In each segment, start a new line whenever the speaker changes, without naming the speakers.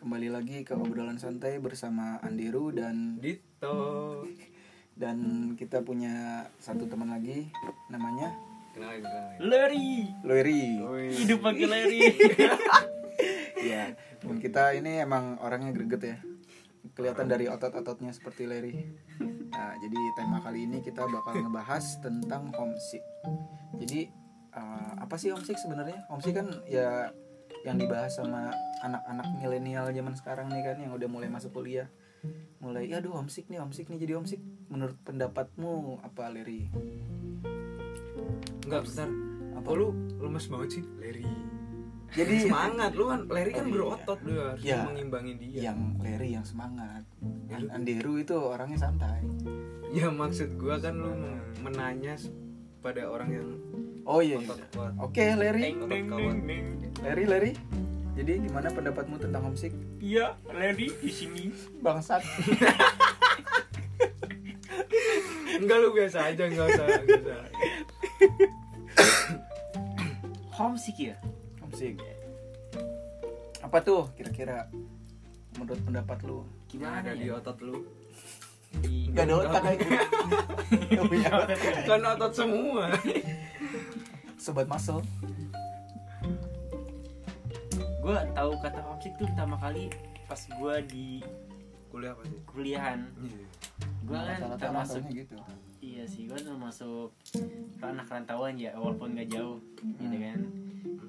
kembali lagi ke obrolan santai bersama Andiru dan
Dito
dan kita punya satu teman lagi namanya
kenalin kenalin
Leri
Loiri.
hidup pakai Leri
Ya, dan kita ini emang orangnya greget ya. Kelihatan dari otot-ototnya seperti Larry. Nah, jadi tema kali ini kita bakal ngebahas tentang homesick. Jadi eh, apa sih homesick sebenarnya? Homesick kan ya yang dibahas sama anak-anak milenial zaman sekarang nih kan yang udah mulai masuk kuliah. Mulai, ya aduh homesick nih, homesick nih jadi homesick. Menurut pendapatmu apa Larry?
enggak besar
Apa?
apa lu lemes banget sih Larry
Jadi
semangat lu kan Larry kan
Larry,
berotot lu harus
Ya.
mengimbangi dia
yang Larry yang semangat.
Ya,
An-
lu-
Anderu itu orangnya santai.
ya maksud gua kan lu mem- menanya s- pada orang yang
Oh iya. iya.
otot kuat Eh,
Oke, Larry.
Neng neng neng neng
Larry, Larry. Jadi gimana pendapatmu tentang homesick?
Iya Leri di sini
Bangsat.
enggak lu biasa aja enggak usah enggak usah
Homesick ya
Homesick. Apa tuh kira-kira menurut pendapat lu?
ada
ya?
di otot lu
Gak ada otak kayak gue. Gak punya otak.
kan otot semua
Sobat muscle.
Gue tahu kata homesick tuh pertama kali pas gue di
kuliah apa sih
kuliahan Gue kan
Rata-rata
termasuk
rasanya gitu.
Iya sih, gue termasuk anak rantauan ya, walaupun gak jauh, gitu kan.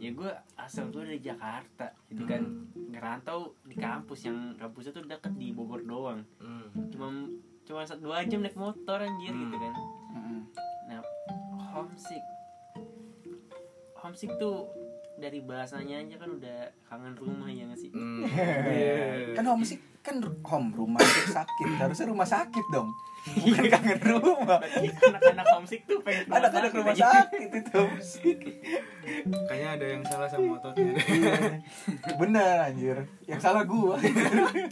Ya gue asal gue dari Jakarta, gitu kan. Ngerantau di kampus yang kampusnya tuh deket di Bogor doang.
Hmm.
Cuma cuma satu dua jam naik motor anjir
Hmm.
gitu kan.
Mm-mm.
Nah, homesick. Homesick tuh dari bahasanya aja kan udah kangen rumah ya gak sih?
Hmm.
Iya. Kan homesick kan ru- home rumah itu sakit. Harusnya rumah sakit dong. Bukan kangen rumah.
Anak-anak homesick tuh pengen rumah
Anak-anak
sakit
rumah
aja.
sakit itu homesick.
kayaknya ada yang salah sama ototnya
Iya. Bener anjir Yang salah gua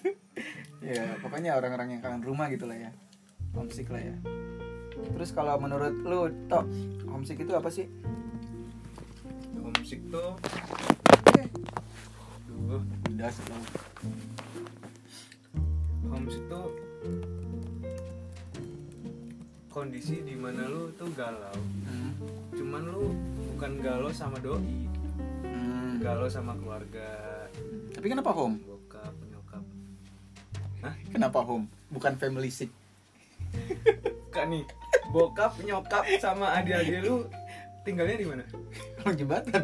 Ya pokoknya orang-orang yang kangen rumah gitu lah ya Homesick lah ya Terus kalau menurut lu Tok Homesick itu apa sih?
homesick tuh Duh,
Udah sebelum
homesick tuh kondisi di mana lu tuh galau
hmm.
cuman lu bukan galau sama doi
Hmm.
galau sama keluarga
Tapi kenapa home?
bokap nyokap
Kenapa home? Bukan family sick
kak nih bokap nyokap sama adik-adik lu tinggalnya di mana
Orang jembatan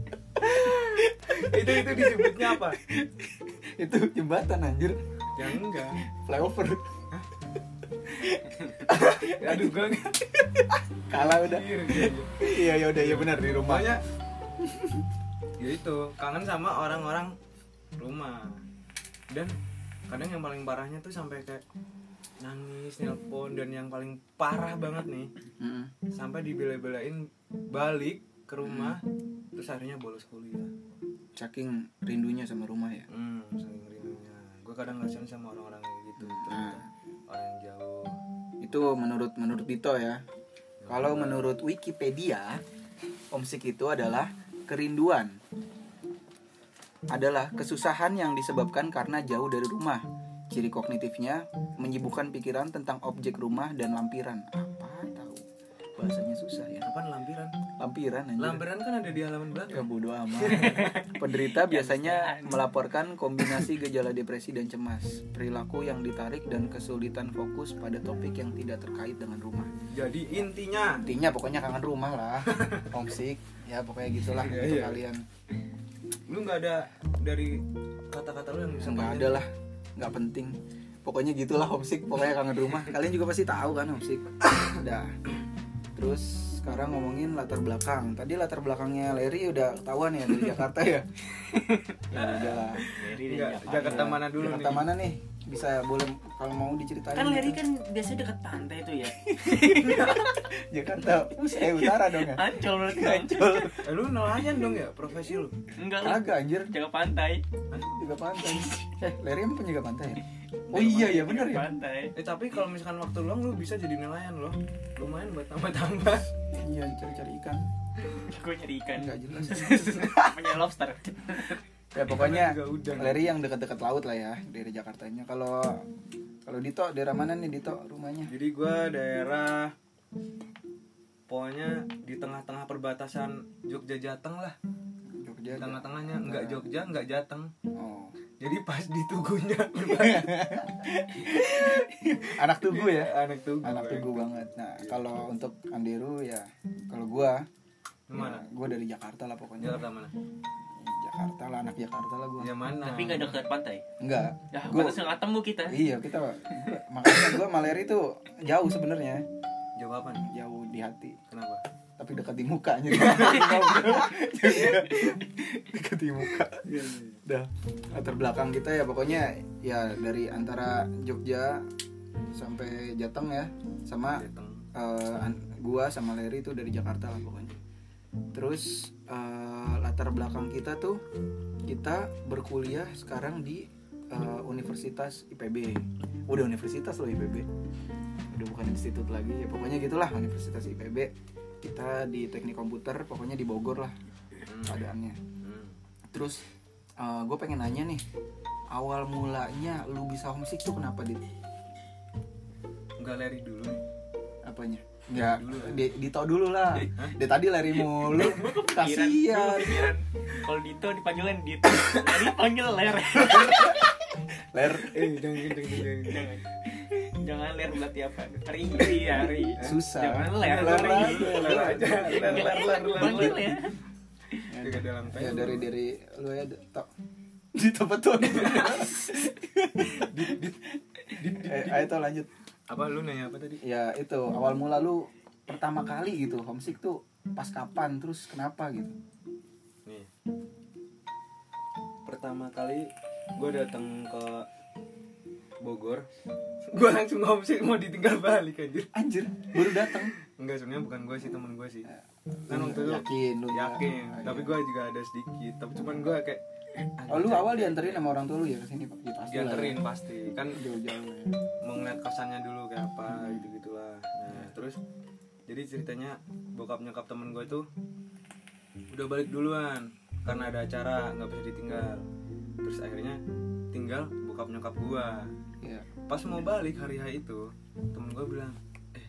itu itu disebutnya apa
Itu jembatan anjir
ya enggak
Flyover
Ya, aduh gua enggak
Kalah udah
Iya, iya, iya.
Iya ya udah ya benar di rumah
Pokoknya, ya itu kangen sama orang-orang rumah dan kadang yang paling parahnya tuh sampai kayak nangis nelpon dan yang paling parah banget nih
Mm-mm.
sampai dibela-belain balik ke rumah terus akhirnya bolos kuliah
Saking rindunya sama rumah ya
hmm saking rindunya gue kadang kasihan sama orang-orang yang gitu ternyata
Nah.
orang yang jauh
Itu menurut menurut Dito ya. Kalau menurut Wikipedia, homesick itu adalah kerinduan. Adalah kesusahan yang disebabkan karena jauh dari rumah. Ciri kognitifnya menyibukkan pikiran tentang objek rumah dan lampiran. Apa tahu? Bahasanya susah ya.
kapan lampiran
Lampiran anjir.
lampiran kan ada di halaman
Ya
belakang
bodo amat. Penderita biasanya melaporkan kombinasi gejala depresi dan cemas, perilaku yang ditarik dan kesulitan fokus pada topik yang tidak terkait dengan rumah.
jadi intinya
Intinya pokoknya kangen rumah lah, homesick, ya pokoknya gitulah
Iya,
untuk
iya.
kalian.
lu nggak ada dari kata-kata lu yang bisa
Nggak ada lah, nggak penting. Pokoknya gitulah homesick, pokoknya kangen rumah. Kalian juga pasti tahu kan homesick. Udah. Terus sekarang ngomongin latar belakang. Tadi latar belakangnya Larry udah ketahuan ya dari Jakarta ya. ya udah lah.
Dari
Enggak, Jakarta mana dulu
Jakarta
nih?
mana nih? Bisa boleh kalau mau diceritain.
Kan Leri
gitu.
kan biasanya deket pantai tuh ya
Iya. Jakarta. Eh utara dong ya.
Ancol berarti
Ancol.
Eh, lu nelayan dong ya profesi lu?
Enggak lah
Agak anjir.
Jaga pantai
Jaga pantai. Eh, Larry emang penjaga pantai ya? Oh iya ya bener
Jaga
ya.
Pantai
Eh tapi kalau misalkan waktu luang lu bisa jadi nelayan loh. Lumayan buat tambah-tambah.
Iya cari-cari ikan.
Gue nyari ikan
Enggak jelas.
Punya lobster
ya pokoknya
Juga udah.
Leri yang dekat-dekat laut lah ya dari Jakartanya kalau kalau Dito daerah mana nih Dito rumahnya
Jadi gua daerah pokoknya di tengah-tengah perbatasan Jogja Jateng lah.
Jogja ya?
Di tengah-tengahnya enggak Jogja, enggak Jateng.
oh
Jadi pas di tugunya
anak tugu ya
anak tugu.
anak tugu banget nah kalau untuk Anderu ya kalau gua
Mana?
gua dari Jakarta lah pokoknya
Jakarta mana?
Jakarta lah anak Jakarta lah gua
Ya mana?
Tapi nggak dekat pantai.
enggak
Ya,
Gua-
pantas nggak ketemu kita.
iya kita makanya gua maleri itu jauh sebenarnya
Jawaban.
jauh di hati
Kenapa?
tapi dekat di mukanya dekat di muka dah latar belakang kita ya pokoknya ya dari antara Jogja sampai Jateng ya sama
Jateng.
eh, an- gua sama Larry itu dari Jakarta lah pokoknya terus eh, latar belakang kita tuh kita berkuliah sekarang di eh, Universitas IPB udah universitas loh IPB udah bukan institut lagi ya pokoknya gitulah Universitas IPB kita di teknik komputer pokoknya di Bogor lah
Hmm.
keadaannya
Hmm.
Terus gue pengen nanya nih awal mulanya lu bisa homesick tuh kenapa dit?
Enggak Leri dulu. nih.
Apanya? Ya,
Dulu lah.
di, dito dulu lah. Dia tadi lari mulu. Kasihan.
Pikiran. Kalau Dito dipanggilin Dito. Tadi panggil ler.
Ler.
Eh, jangan jangan jangan. jangan.
Jangan. Jangan ler berarti apa? Ri, ri, ya, ri.
Susah.
Jangan ler,
Ler,
ri.
ler, ler aja. Ler, ler, ler, ler,
Panggil ya.
Itu ke dalam
Ya
kayu.
dari dari lu ya tok. Dito betul. Eh, Ayo Tol, lanjut.
Apa lu nanya apa tadi?
Ya itu awal mula lu pertama kali gitu homesick tuh pas kapan terus kenapa gitu?
Nih. Pertama kali gue datang ke Bogor, gue langsung homesick mau ditinggal balik anjir.
Anjir, baru datang.
Enggak sebenarnya bukan gue sih teman gue sih. Kan waktu itu
yakin lu
yakin,
Ah,
tapi
iya.
gue juga ada sedikit. Tapi cuman gue kayak
Oh, lu awal dianterin sama orang tua lu ya ke sini Pak? Ya, pasti lah
dianterin
ya.
pasti. Kan
Jauh-jauh. ya.
mau ngeliat kosannya dulu kayak apa gitu gitulah
Iya.
nah terus jadi ceritanya bokap nyokap temen gue itu udah balik duluan karena ada acara nggak bisa ditinggal terus akhirnya tinggal bokap nyokap gue
Iya.
pas mau balik hari hari itu temen gue bilang eh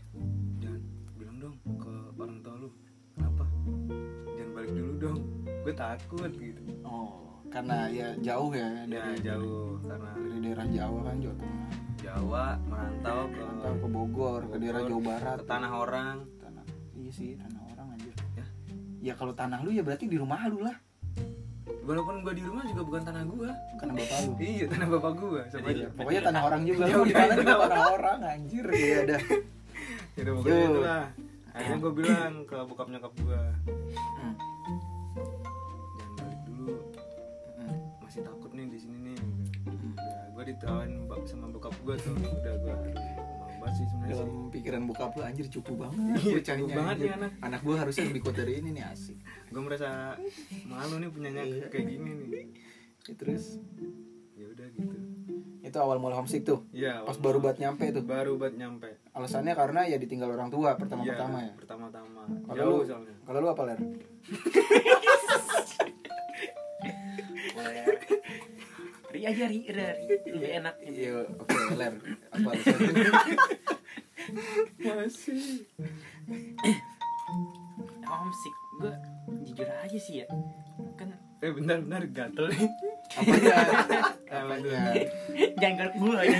jangan bilang dong ke orang tua lu kenapa jangan balik dulu dong gue takut gitu
Oh, karena ya jauh ya
ya
dari
jauh karena
dari daerah Jawa kan Jawa Tengah.
Jawa merantau ke,
Atau ke Bogor, ke daerah Jawa Barat.
ke tanah orang
Tanah. Iya sih, tanah orang anjir.
Ya.
Ya kalau tanah lu ya berarti di rumah lu lah.
Walaupun gua di rumah juga bukan tanah gua.
Karena bapak lu.
Iya, tanah bapak gua. Sama aja.
Iya, pokoknya tanah orang juga
Iya,
lu di mana juga tanah orang anjir. Iya dah.
Jadi Ya pokoknya
Yo.
itulah. Akhirnya gua bilang ke bokap nyokap gua,
Hmm.
jangan balik dulu.
Hmm.
Masih takut nih di sini nih. Udah, gua ditawain bak- sama bokap gua tuh. Udah gua aduh, mau banget sih sebenarnya sih.
Dalam pikiran bokap lu anjir cupu banget.
Iya,
bocahnya,
cupu banget
anjir.
nih anak.
Anak gua harusnya lebih kuat dari ini nih asik.
Gua merasa malu nih punyanya
Iya.
kayak gini nih.
Ya, terus
Ya udah gitu.
itu awal mula homesick tuh
Iya.
pas
walaupun-
baru buat nyampe tuh
baru buat nyampe.
alasannya karena ya ditinggal orang tua pertama
Iya,
pertama ya
Pertama-tama.
kalau
Jauh
lu
soalnya.
kalau lu apa ler
Ler. Ri aja ri, ri, ri. Lebih enak.
iya oke ler apa alasannya?
Masih.
Homesick gue jujur aja sih ya. Kan
Eh benar-benar gatel nih.
apanya apanya
jangan garuk gue aja.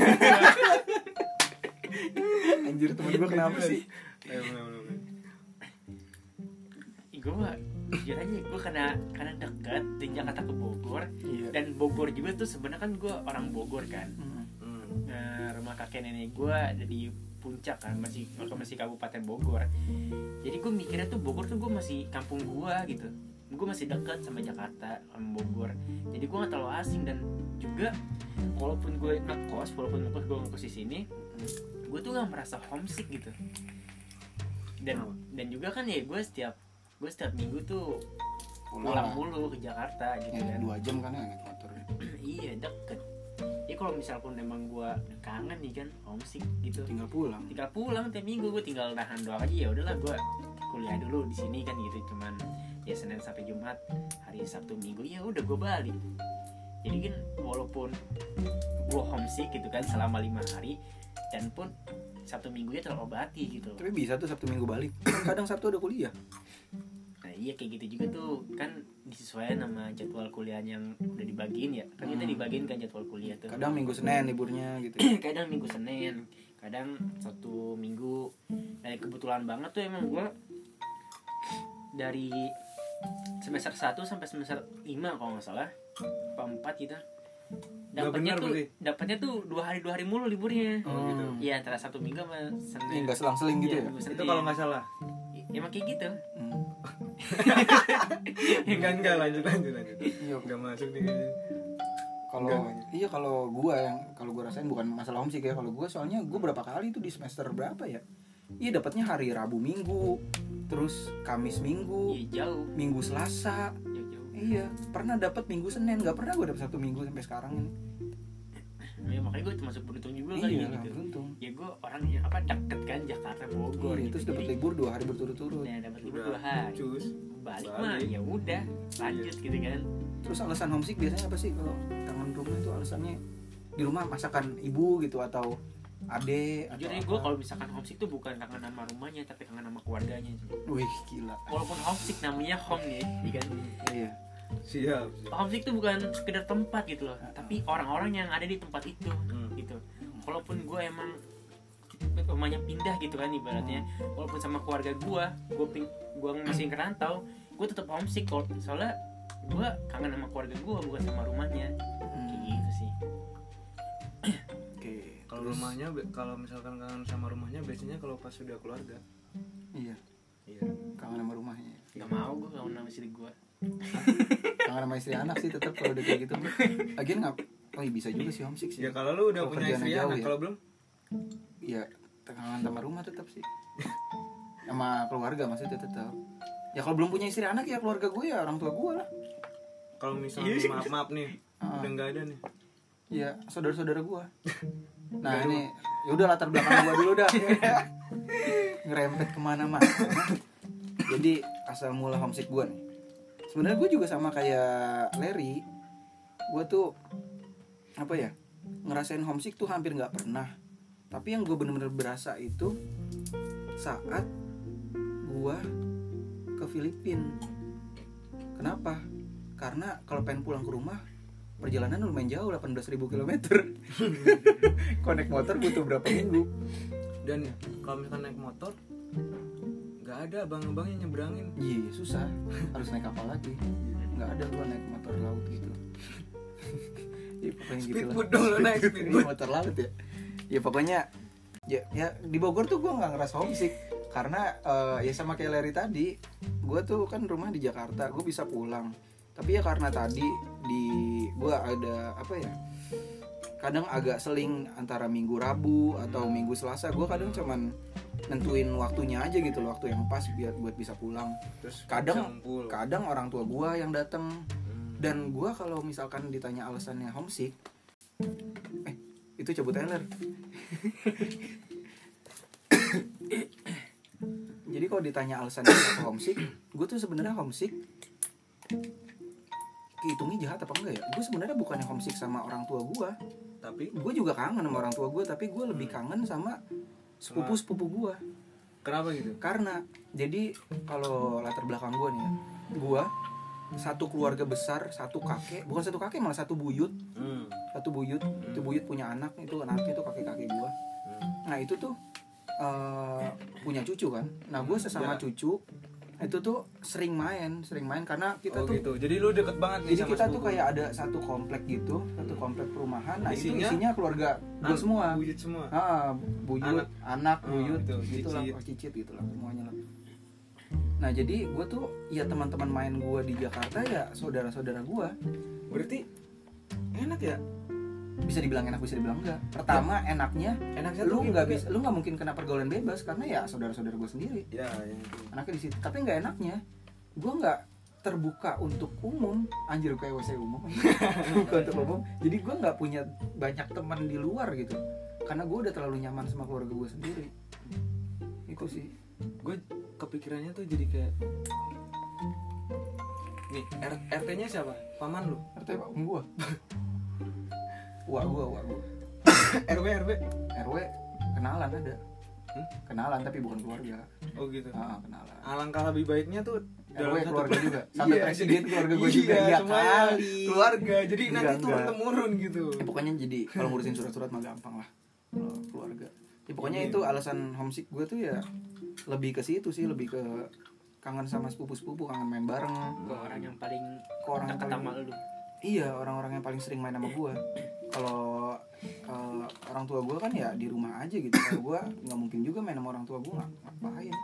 anjir temen gua kenapa sih
Iya, Eh, bener, bener, bener.
gue mah jujur aja gue karena karena dekat dari Jakarta ke Bogor
Iya.
dan Bogor juga tuh sebenarnya kan gue orang Bogor kan
Hmm.
Hmm.
Nah, rumah kakek nenek gue ada di puncak kan masih masih kabupaten Bogor jadi gue mikirnya tuh Bogor tuh gue masih kampung gue gitu gue masih dekat sama Jakarta sama Bogor jadi gue gak terlalu asing dan juga walaupun gue ngekos walaupun ngekos gue ngekos di sini gue tuh gak merasa homesick gitu dan
Kenapa?
dan juga kan ya gue setiap gue setiap minggu tuh pulang
pulang
mulu ke Jakarta gitu
ya,
kan
dua jam kan ya naik motor
iya deket ya kalau misalkan emang gua kangen nih kan homesick gitu
tinggal pulang
tinggal pulang tiap minggu gue tinggal nahan doang aja ya udahlah gua kuliah dulu di sini kan gitu cuman ya ya senin sampai jumat hari sabtu minggu ya udah gue balik jadi kan walaupun gue homesick gitu kan selama lima hari dan pun sabtu minggunya terobati gitu
Tapi bisa tuh Sabtu Minggu balik. Kan Kadang Sabtu ada kuliah.
Nah iya kayak gitu juga tuh kan disesuaikan sama jadwal kuliah yang udah dibagiin ya kan kita
Hmm.
dibagiin kan jadwal kuliah tuh
Kadang Minggu Senin liburnya gitu.
Eh, kadang minggu senin kadang satu minggu nah kebetulan banget tuh emang gua dari semester 1 sampai semester 5 kalau nggak salah apa empat gitu
Nggak
dapatnya
benar
tuh
berarti.
dapatnya tuh dua hari dua hari mulu liburnya
Oh, gitu.
Hmm.
Iya antara satu minggu sama
Ini
senin
enggak selang-seling gitu
Iya,
ya.
minggu
itu
Senin.
kalau nggak salah
Ya, emang kayak gitu
Hmm.
enggak enggak lanjut lanjut lanjut
Iya.
enggak masuk nih kayaknya.
Kalau iya kalau gua yang kalau gua rasain bukan masalah homesick ya. Kalau gua soalnya gua berapa kali tuh di semester berapa ya? Iya dapatnya hari Rabu Minggu, terus Kamis Minggu,
Iya jauh
Minggu Selasa.
jauh jauh
Iya, pernah dapat Minggu Senin, nggak pernah gua dapat satu Minggu sampai sekarang ini.
ya, makanya gue termasuk beruntung juga kali ya
Iya,
gitu
beruntung.
ya gue orang yang apa deket kan Jakarta Bogor
Iya,
gitu.
terus dapat
Jadi,
libur dua hari berturut-turut.
nah, dapat libur
Udah,
dua hari
cus
balik,
Balik.
mah ya udah lanjut gitu kan
Terus alasan homesick biasanya apa sih kalau kangen rumah itu alasannya di rumah masakan ibu gitu atau ade atau
jujur ya gue kalau misalkan homesick tuh bukan kangen sama rumahnya tapi kangen sama keluarganya
Wih gila.
walaupun homesick namanya home nih ya kan
Iya.
siap
homesick tuh bukan sekedar tempat gitu loh tapi orang-orang yang ada di tempat itu
Hmm.
gitu walaupun gue emang rumahnya pindah gitu kan ibaratnya walaupun sama keluarga gue gue ping gue masih ngerantau gue tetap homesick kok soalnya gue kangen sama keluarga gue bukan sama rumahnya kayak
Hmm,
gitu sih
Oke.
kalau
Terus-
rumahnya be- kalau misalkan kangen sama rumahnya biasanya kalau pas sudah keluarga
Iya.
iya
Kangen sama rumahnya.
nggak mau gue kangen sama istri gue
Kangen sama istri anak sih tetap kalau udah kayak gitu. Lagian ngap? Oh iya bisa juga sih homesick sih.
ya kalau lu udah
Kalau
punya
kerjaannya
istri
jauh
anak
ya.
kalau belum
Iya. Kangen sama rumah tetap sih. sama keluarga maksudnya tetap. Ya kalau belum punya istri anak ya keluarga gue ya orang tua gue lah.
kalau misalnya maaf maaf nih
Ah.
udah nggak ada nih
Iya, saudara-saudara gua. Nah ini, ya udah latar belakang gua dulu dah. Ngerempet kemana-mana. Jadi asal mula homesick gua nih. Sebenarnya gua juga sama kayak Larry. Gua tuh apa ya? Ngerasain homesick tuh hampir nggak pernah. Tapi yang gue bener-bener berasa itu saat gua ke Filipina. Kenapa? Karena kalau pengen pulang ke rumah perjalanan lumayan jauh 18.000 km konek motor butuh berapa minggu
dan kalau misalkan naik motor nggak ada abang-abang yang nyebrangin
iya susah harus naik kapal lagi nggak ada gua naik motor laut gitu ya pokoknya gitu lah
Speedboat dong lo naik speedboat.
motor laut ya ya pokoknya ya ya di Bogor tuh gua nggak ngerasa homesick karena eh, ya sama kayak Larry tadi gua tuh kan rumah di Jakarta gue bisa pulang tapi ya karena tadi di gua ada apa ya kadang agak seling antara minggu Rabu atau minggu Selasa gua kadang cuman nentuin waktunya aja gitu loh waktu yang pas biar buat bisa pulang
terus
Kadang-
bisa ngumpul.
kadang orang tua gua yang datang
Hmm.
dan gua kalau misalkan ditanya alasannya homesick eh itu cabut Tyler jadi kalau ditanya alasannya kenapa homesick gue tuh sebenarnya homesick kehitungnya jahat apa enggak ya gue sebenarnya bukannya homesick sama orang tua gua
tapi
gue juga kangen sama orang tua gua tapi gue lebih kangen sama sepupu sepupu gua
kenapa gitu
karena jadi kalau latar belakang gue nih ya gue satu keluarga besar satu kakek bukan satu kakek malah satu buyut
Hmm.
satu buyut itu buyut punya anak itu anaknya itu kakek kakek gue
Hmm.
nah itu tuh eh, punya cucu kan nah gue sesama
Ya.
cucu itu tuh sering main sering main karena kita
oh
tuh
gitu jadi lu deket banget nih
jadi
sama
kita tuh
sepupu.
kayak ada satu komplek gitu satu komplek perumahan nah itu
Isinya?
isinya keluarga gue
Anak,
semua
wujud Nah, semua
Ah, buyut,
Anak.
anak,
Ah,
buyut,
itu,
gitu lah,
cicit.
oh, cicit gitu lah semuanya lah. Nah jadi gue tuh ya teman-teman main gue di Jakarta ya saudara-saudara gue
berarti enak ya
bisa dibilang enak bisa dibilang enggak. Pertama enaknya
enaknya Ya. tuh
lu
gitu
nggak
ya.
bisa, lu nggak mungkin kena pergaulan bebas karena ya saudara-saudara gue sendiri.
ya ya itu.
Anaknya di situ. Tapi nggak enaknya gue nggak terbuka untuk umum anjir gue WC umum bukan untuk umum jadi gue nggak punya banyak teman di luar gitu karena gue udah terlalu nyaman sama keluarga gue sendiri itu sih
gue kepikirannya tuh jadi kayak nih R- RT-nya siapa paman lu
RT pak om gua Wah gua, wah gua
RW RW
RW kenalan ada
Hmm?
Kenalan tapi bukan keluarga
oh gitu
Ah, ah, kenalan
alangkah lebih baiknya tuh
RW
satu-
keluarga juga Sampai
Iya,
presiden
jadi-
keluarga gua
iya,
juga Iya
semuanya
kali
keluarga jadi
Enggak,
nanti turun
enggak.
temurun gitu
Ya, pokoknya jadi kalau ngurusin surat-surat mah gampang lah kalau keluarga. Ya, pokoknya
Iya.
itu alasan homesick gue tuh ya lebih ke situ sih, lebih ke kangen sama sepupu-sepupu, kangen main bareng.
ke orang yang paling
Ke orang yang
deket
paling-
sama lu
Iya, orang-orang yang paling sering main sama gue. Kalau eh, orang tua gue kan ya di rumah aja gitu. Kalau gue nggak mungkin juga main sama orang tua gue nggak ngapain.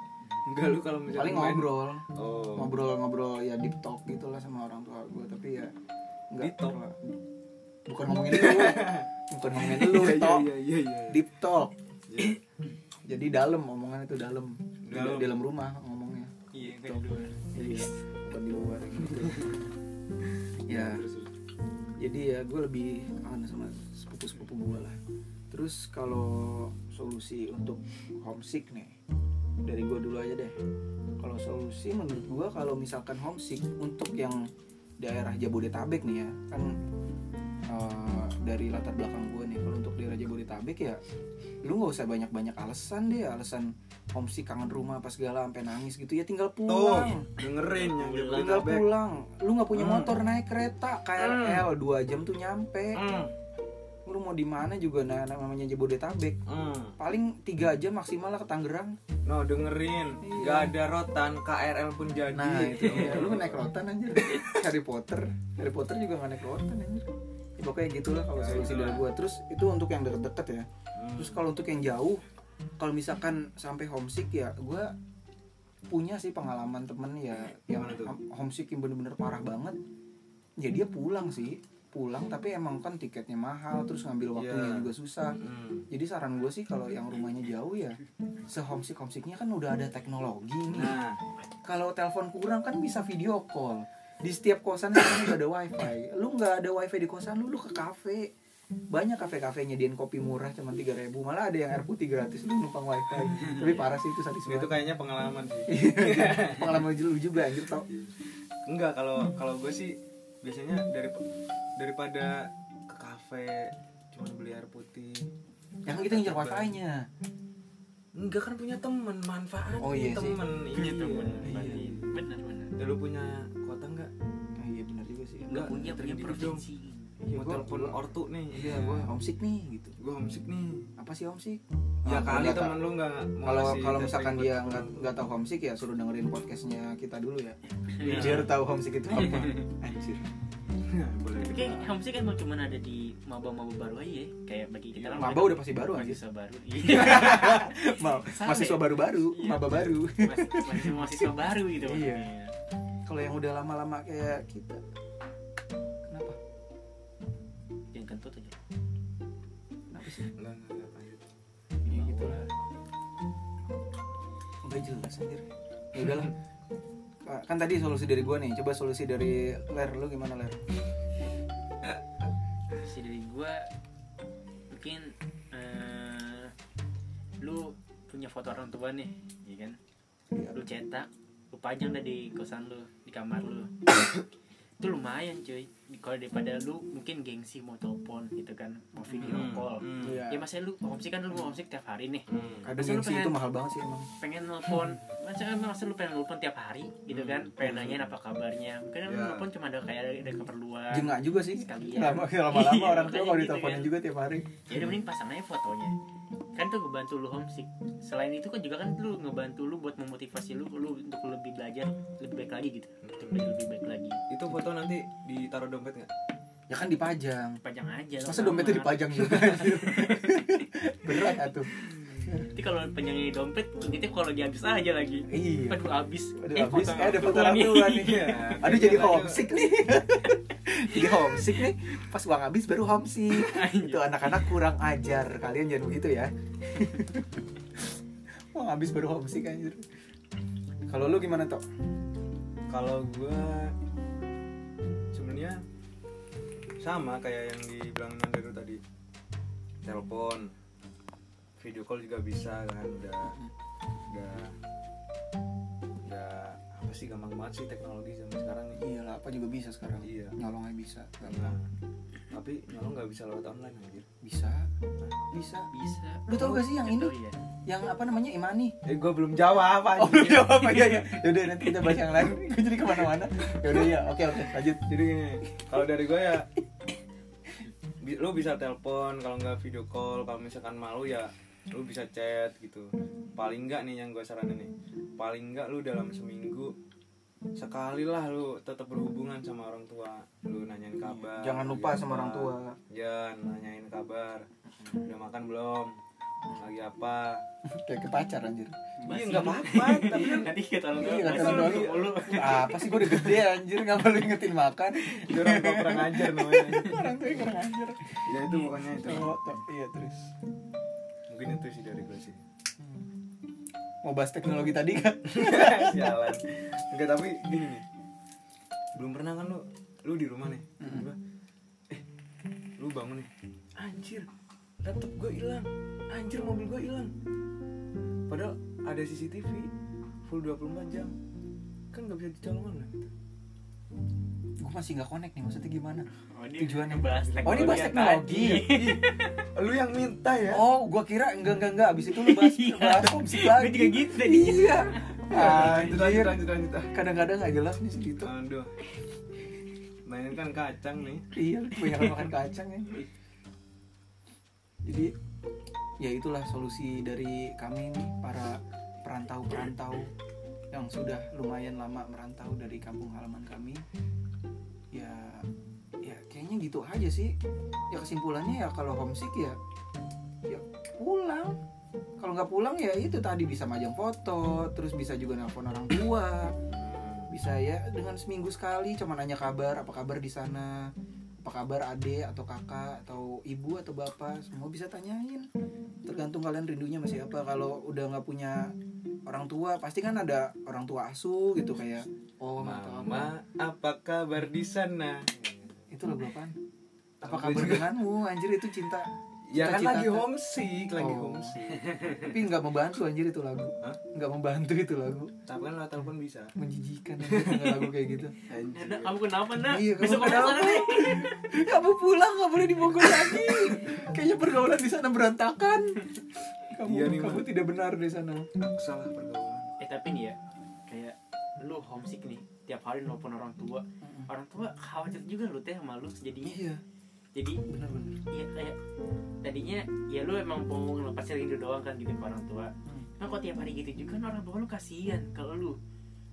enggak lu kalau misalnya
Paling
main-
ngobrol,
oh
ngobrol-ngobrol ya deep talk gitu lah sama orang tua gue. Tapi ya nggak
Deep talk.
lah. Bukan ngomongin lu, bukan ngomongin lu,
Iya,
talk.
iya iya iya
deep talk jadi dalam omongan itu dalam
Dalam.
dalam dalam rumah ngomongnya
iya kayak di luar.
iya bukan di luar gitu ya
Terus,
jadi ya gue lebih kangen sama sepupu sepupu gue lah terus kalau solusi untuk homesick nih dari gue dulu aja deh kalau solusi menurut gue kalau misalkan homesick untuk yang daerah Jabodetabek nih ya kan eh, dari latar belakang gue nih kalau untuk daerah Jabodetabek ya lu nggak usah banyak banyak alasan deh alasan homesick kangen rumah apa segala sampai nangis gitu ya tinggal
tuh
pulang
dengerin yang dia beli
tinggal
tabek
pulang lu nggak punya
Hmm.
motor naik kereta KRL dua jam tuh nyampe
Hmm,
lu mau di mana juga nah namanya Jabodetabek
hmm.
paling tiga jam maksimal lah ke Tangerang
no dengerin
Iya.
nggak ada rotan KRL pun jadi Iya.
nah itu ya. lu naik rotan anjir Harry Potter Harry Potter juga nggak naik rotan anjir ya, pokoknya gitulah kalau
Ya,
solusi dari
itulah.
gua terus itu untuk yang deket-deket ya
Hmm.
terus kalau untuk yang jauh kalau misalkan sampai homesick ya gua punya sih pengalaman temen ya yang
Gimana tuh?
hom- homesick yang bener-bener parah banget ya dia pulang sih pulang tapi emang kan tiketnya mahal terus ngambil waktunya
Iya.
juga susah
Hmm.
jadi saran gue sih kalau yang rumahnya jauh ya sehomesick homesicknya kan udah ada teknologi nih
nah
kalau telepon kurang kan bisa video call di setiap kosan sekarang udah ada wifi lu nggak ada wifi di kosan lu lu ke kafe banyak kafe-kafe yang nyediain kopi murah cuma tiga ribu malah ada yang air putih gratis lu numpang wifi tapi parah sih itu sadis
itu kan
banget
kayaknya pengalaman sih
pengalaman lu juga anjir tau
enggak kalau kalau gue sih biasanya dari daripada ke kafe cuma beli air putih
ya kan kita ngejar wifi nya
enggak kan punya temen manfaat
Oh, iya sih.
temen
punya temen
iya,
berarti
iya.
benar benar
Ya, lu punya kota enggak
iya benar juga sih
Enggak,
punya punya
terdidik dong.
provinsi
Iya,
mau
gua-
telepon
gua-
ortu nih
iya gue homesick nih gitu
gue homesick nih
apa sih homesick Ah,
ya
gua
kali
nggak
temen lu enggak mau
kalau
ngasih
kalau
catering
misalkan
buat
dia
temen
nggak
lu.
nggak tahu homesick ya suruh dengerin podcastnya kita dulu ya
Iya.
biar tahu homesick itu apa anjir
Nah, boleh
Tapi kayak homesick kan emang cuman ada di maba-maba baru aja ya Kayak bagi kita kan
Iya, maba udah pasti baru aja
mahasiswa baru Iya
mau
Sama
mahasiswa
ya?
baru baru
Iya.
maba baru
Mas- mahasiswa mahasiswa baru gitu
Iya.
maksudnya.
kalau yang udah lama-lama kayak kita kenapa
Jangan kentut aja
kenapa sih
Enggak, enggak, enggak, lanjut.
ya gitu lah nggak jelas anjir ya udahlah Ka- kan tadi solusi dari gua nih coba solusi dari ler lu gimana ler
Sih dari gua Mungkin eh, Lu punya foto orang tua nih Iya kan
Iya.
Lu cetak Lu pajang dah di kosan lu Di kamar lu Itu lumayan cuy Kalau daripada lu mungkin gengsi mau telepon gitu kan Mau video
Hmm,
call
hmm.
Iya.
Ya masa lu homesick kan lu homesick tiap hari nih
Hmm.
kadang
Masa lu
gengsi itu
pengen-
mahal banget sih emang
pengen nelpon masa emang masa lu pengen nelpon tiap hari gitu
Hmm.
kan pengen nanyain apa kabarnya mungkin lu
Ya.
nelpon cuma ada kayak ada, ada keperluan
jengak juga sih
Sekalian.
lama lama-lama
Iya,
orang tua
makanya
kalau
gitu
diteleponin
kan.
juga tiap hari
jadi mending pasang aja fotonya kan tuh ngebantu lu homesick selain itu kan juga kan lu ngebantu lu buat memotivasi lu lu untuk lebih belajar lebih baik lagi gitu untuk
Kan-
belajar lebih baik lagi
itu foto nanti ditaruh dompet nggak
ya kan dipajang
panjang aja
Masa
lama-lama.
dompetnya dipajang juga Berat atuh
nanti kalau panjangin dompet intinya kalau lagi habis aja lagi
Iya
Aduh habis.
Aduh habis eh, ada foto orang
orang tua
tua
nih.
nih Aduh
Kayaknya
jadi
lanjut.
homesick nih Jadi homesick nih Pas uang habis baru homesick Itu anak-anak kurang ajar Kalian jangan begitu ya Uang habis baru homesick anjir Kalau lu gimana Tok?
kalau gue sebenarnya sama kayak yang dibilang Mandaru tadi telepon video call juga bisa kan udah udah udah apa pasti gampang banget sih teknologi zaman sekarang nih
iyalah apa juga bisa sekarang
Iya.
nyolong aja bisa
nah,
gampang
tapi nyolong nggak bisa lewat online anjir
bisa bisa
bisa
lu tau gak sih yang ini
Nggak tahu ya
yang apa namanya imani
eh gue belum jawab
Oh
anjir
belum jawab apa ya ya. Yaudah nanti kita bahas yang lain. Gue jadi kemana-mana. Yaudah ya. Oke oke lanjut.
jadi gini kalau dari gue ya bi- lu bisa telepon kalau nggak video call kalau misalkan malu ya lu bisa chat gitu paling nggak nih yang gue saranin nih paling nggak lu dalam seminggu sekali lah lu tetap berhubungan sama orang tua lu nanyain kabar
Iya, Jangan lupa
lagi
sama
apa.
orang tua.
ya nanyain kabar udah makan belum lagi apa
Kayak ke pacar anjir.
iya
Masih.
nggak apa-apa tapi kan
nanti kita lalu
Iya kata
masa
lu
lu
doang.
mulu?
Apa sih gue udah gede anjir nggak perlu ingetin makan.
itu orang tua kurang ajar namanya
Orang tuh kurang anjir.
ya itu pokoknya itu
Cowok, cowok. Iya terus.
mungkin itu sih dari gue sih
Hmm. Mau bahas teknologi tadi kan?
Sialan. Enggak tapi gini nih. Belum pernah kan lu lu di rumah nih. tiba-tiba, Eh, lu bangun nih. Anjir. Laptop gue hilang. Anjir mobil gue hilang. Padahal ada CCTV full 24 jam. Kan nggak bisa dicolongan lah gitu.
Gue masih nggak connect nih. Maksudnya gimana?
Oh, ini
Tujuannya.
bahas
Oh ini bahas teknologi.
tadi. Iya,
Iya.
ya?
Lu yang minta ya.
Oh gue kira enggak enggak enggak. Abis itu lu bahas
Iya.
bahas homesik lagi.
Gue juga gitu tadi.
Iya.
lanjut lanjut
Anjir.
Ah, lanjut lanjut. ah.
Kadang-kadang nggak jelas nih segitu.
Aduh. Mainkan kacang nih.
Iya, lu kebanyakan makan kacang ya. Jadi ya itulah solusi dari kami nih para perantau-perantau yang sudah lumayan lama merantau dari kampung halaman kami. Ya ya kayaknya gitu aja sih. Ya kesimpulannya ya kalau homesick ya ya pulang. Kalau nggak pulang ya itu tadi bisa majang foto, terus bisa juga nelpon orang tua bisa ya dengan seminggu sekali cuma nanya kabar apa kabar di sana apa kabar adik atau kakak atau ibu atau bapak semua bisa tanyain tergantung kalian rindunya masih apa kalau udah nggak punya orang tua pasti kan ada orang tua asuh gitu kayak
Oh,
om atau apa
Mama, apa kabar di sana?
itu lagu apaan apa
Aku
kabar
juga.
denganmu anjir itu cinta
Ya kan
Cita-cita
lagi
kan?
homesick, lagi
Oh.
homesick.
tapi nggak membantu anjir itu lagu
Hah?
nggak membantu itu lagu
Tapi kan lewat telepon bisa.
menjijikan anjir, denger lagu kayak gitu
Nah, Kamu kenapa nak?
Iya, kamu
Besok kamu
kenapa?
sana nih.
Kamu pulang nggak boleh dibogor lagi. Kayaknya pergaulan di sana berantakan. Kamu
Iya nih,
kamu
Mak.
tidak benar di sana.
Aku salah pergaulan.
Eh tapi nih ya, kayak lu homesick nih tiap hari nelfon orang tua orang tua khawatir juga lu teh sama lu jadinya
Iya,
jadi
benar-benar.
iya kayak tadinya ya lu emang mau ngelepasin rindu doang kan gitu ke orang tua Nah kok tiap hari gitu juga kan orang tua lu kasihan kalau lu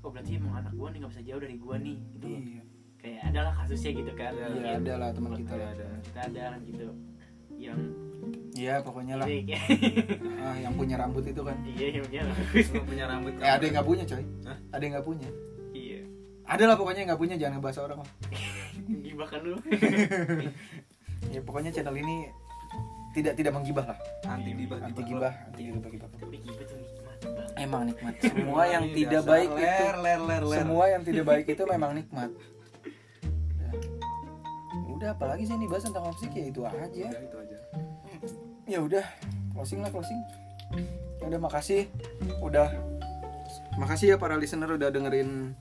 Oh berarti emang anak gua nih gak bisa jauh dari gua nih gitu loh.
Iya,
Kayak adalah kasusnya gitu kan
Iya,
Mungkin
ada lah teman kita
Ada
lah.
ada.
Kita ada kan gitu Yang
Iya, pokoknya lah.
Iya
Ah, yang punya rambut itu kan.
Iya yang punya bagus
Lu punya rambut
Eh, ada yang nggak punya, coy.
Hah?
Ada yang nggak punya.
Iya
Ada lah pokoknya yang nggak punya jangan ngebahas orang. Om.
Gibakan lu
Ya pokoknya channel ini tidak tidak menggibah lah.
anti gibah
Anti gibah, anti gibah gibah.
Tapi gibah tuh nikmat banget
Emang nikmat. Semua yang tidak baik itu
ler ler ler ler.
semua yang tidak baik itu memang nikmat Ya. udah apalagi sih ini bahas tentang homesick ya itu aja
Udah, itu aja.
ya udah closing lah closing ya udah makasih udah makasih ya para listener udah dengerin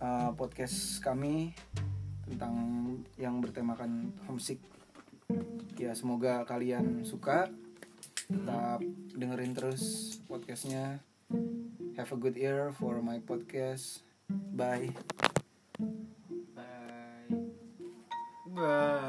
uh, podcast kami tentang yang bertemakan homesick ya semoga kalian suka tetap dengerin terus podcastnya have a good ear for my podcast bye
Bye
Bye.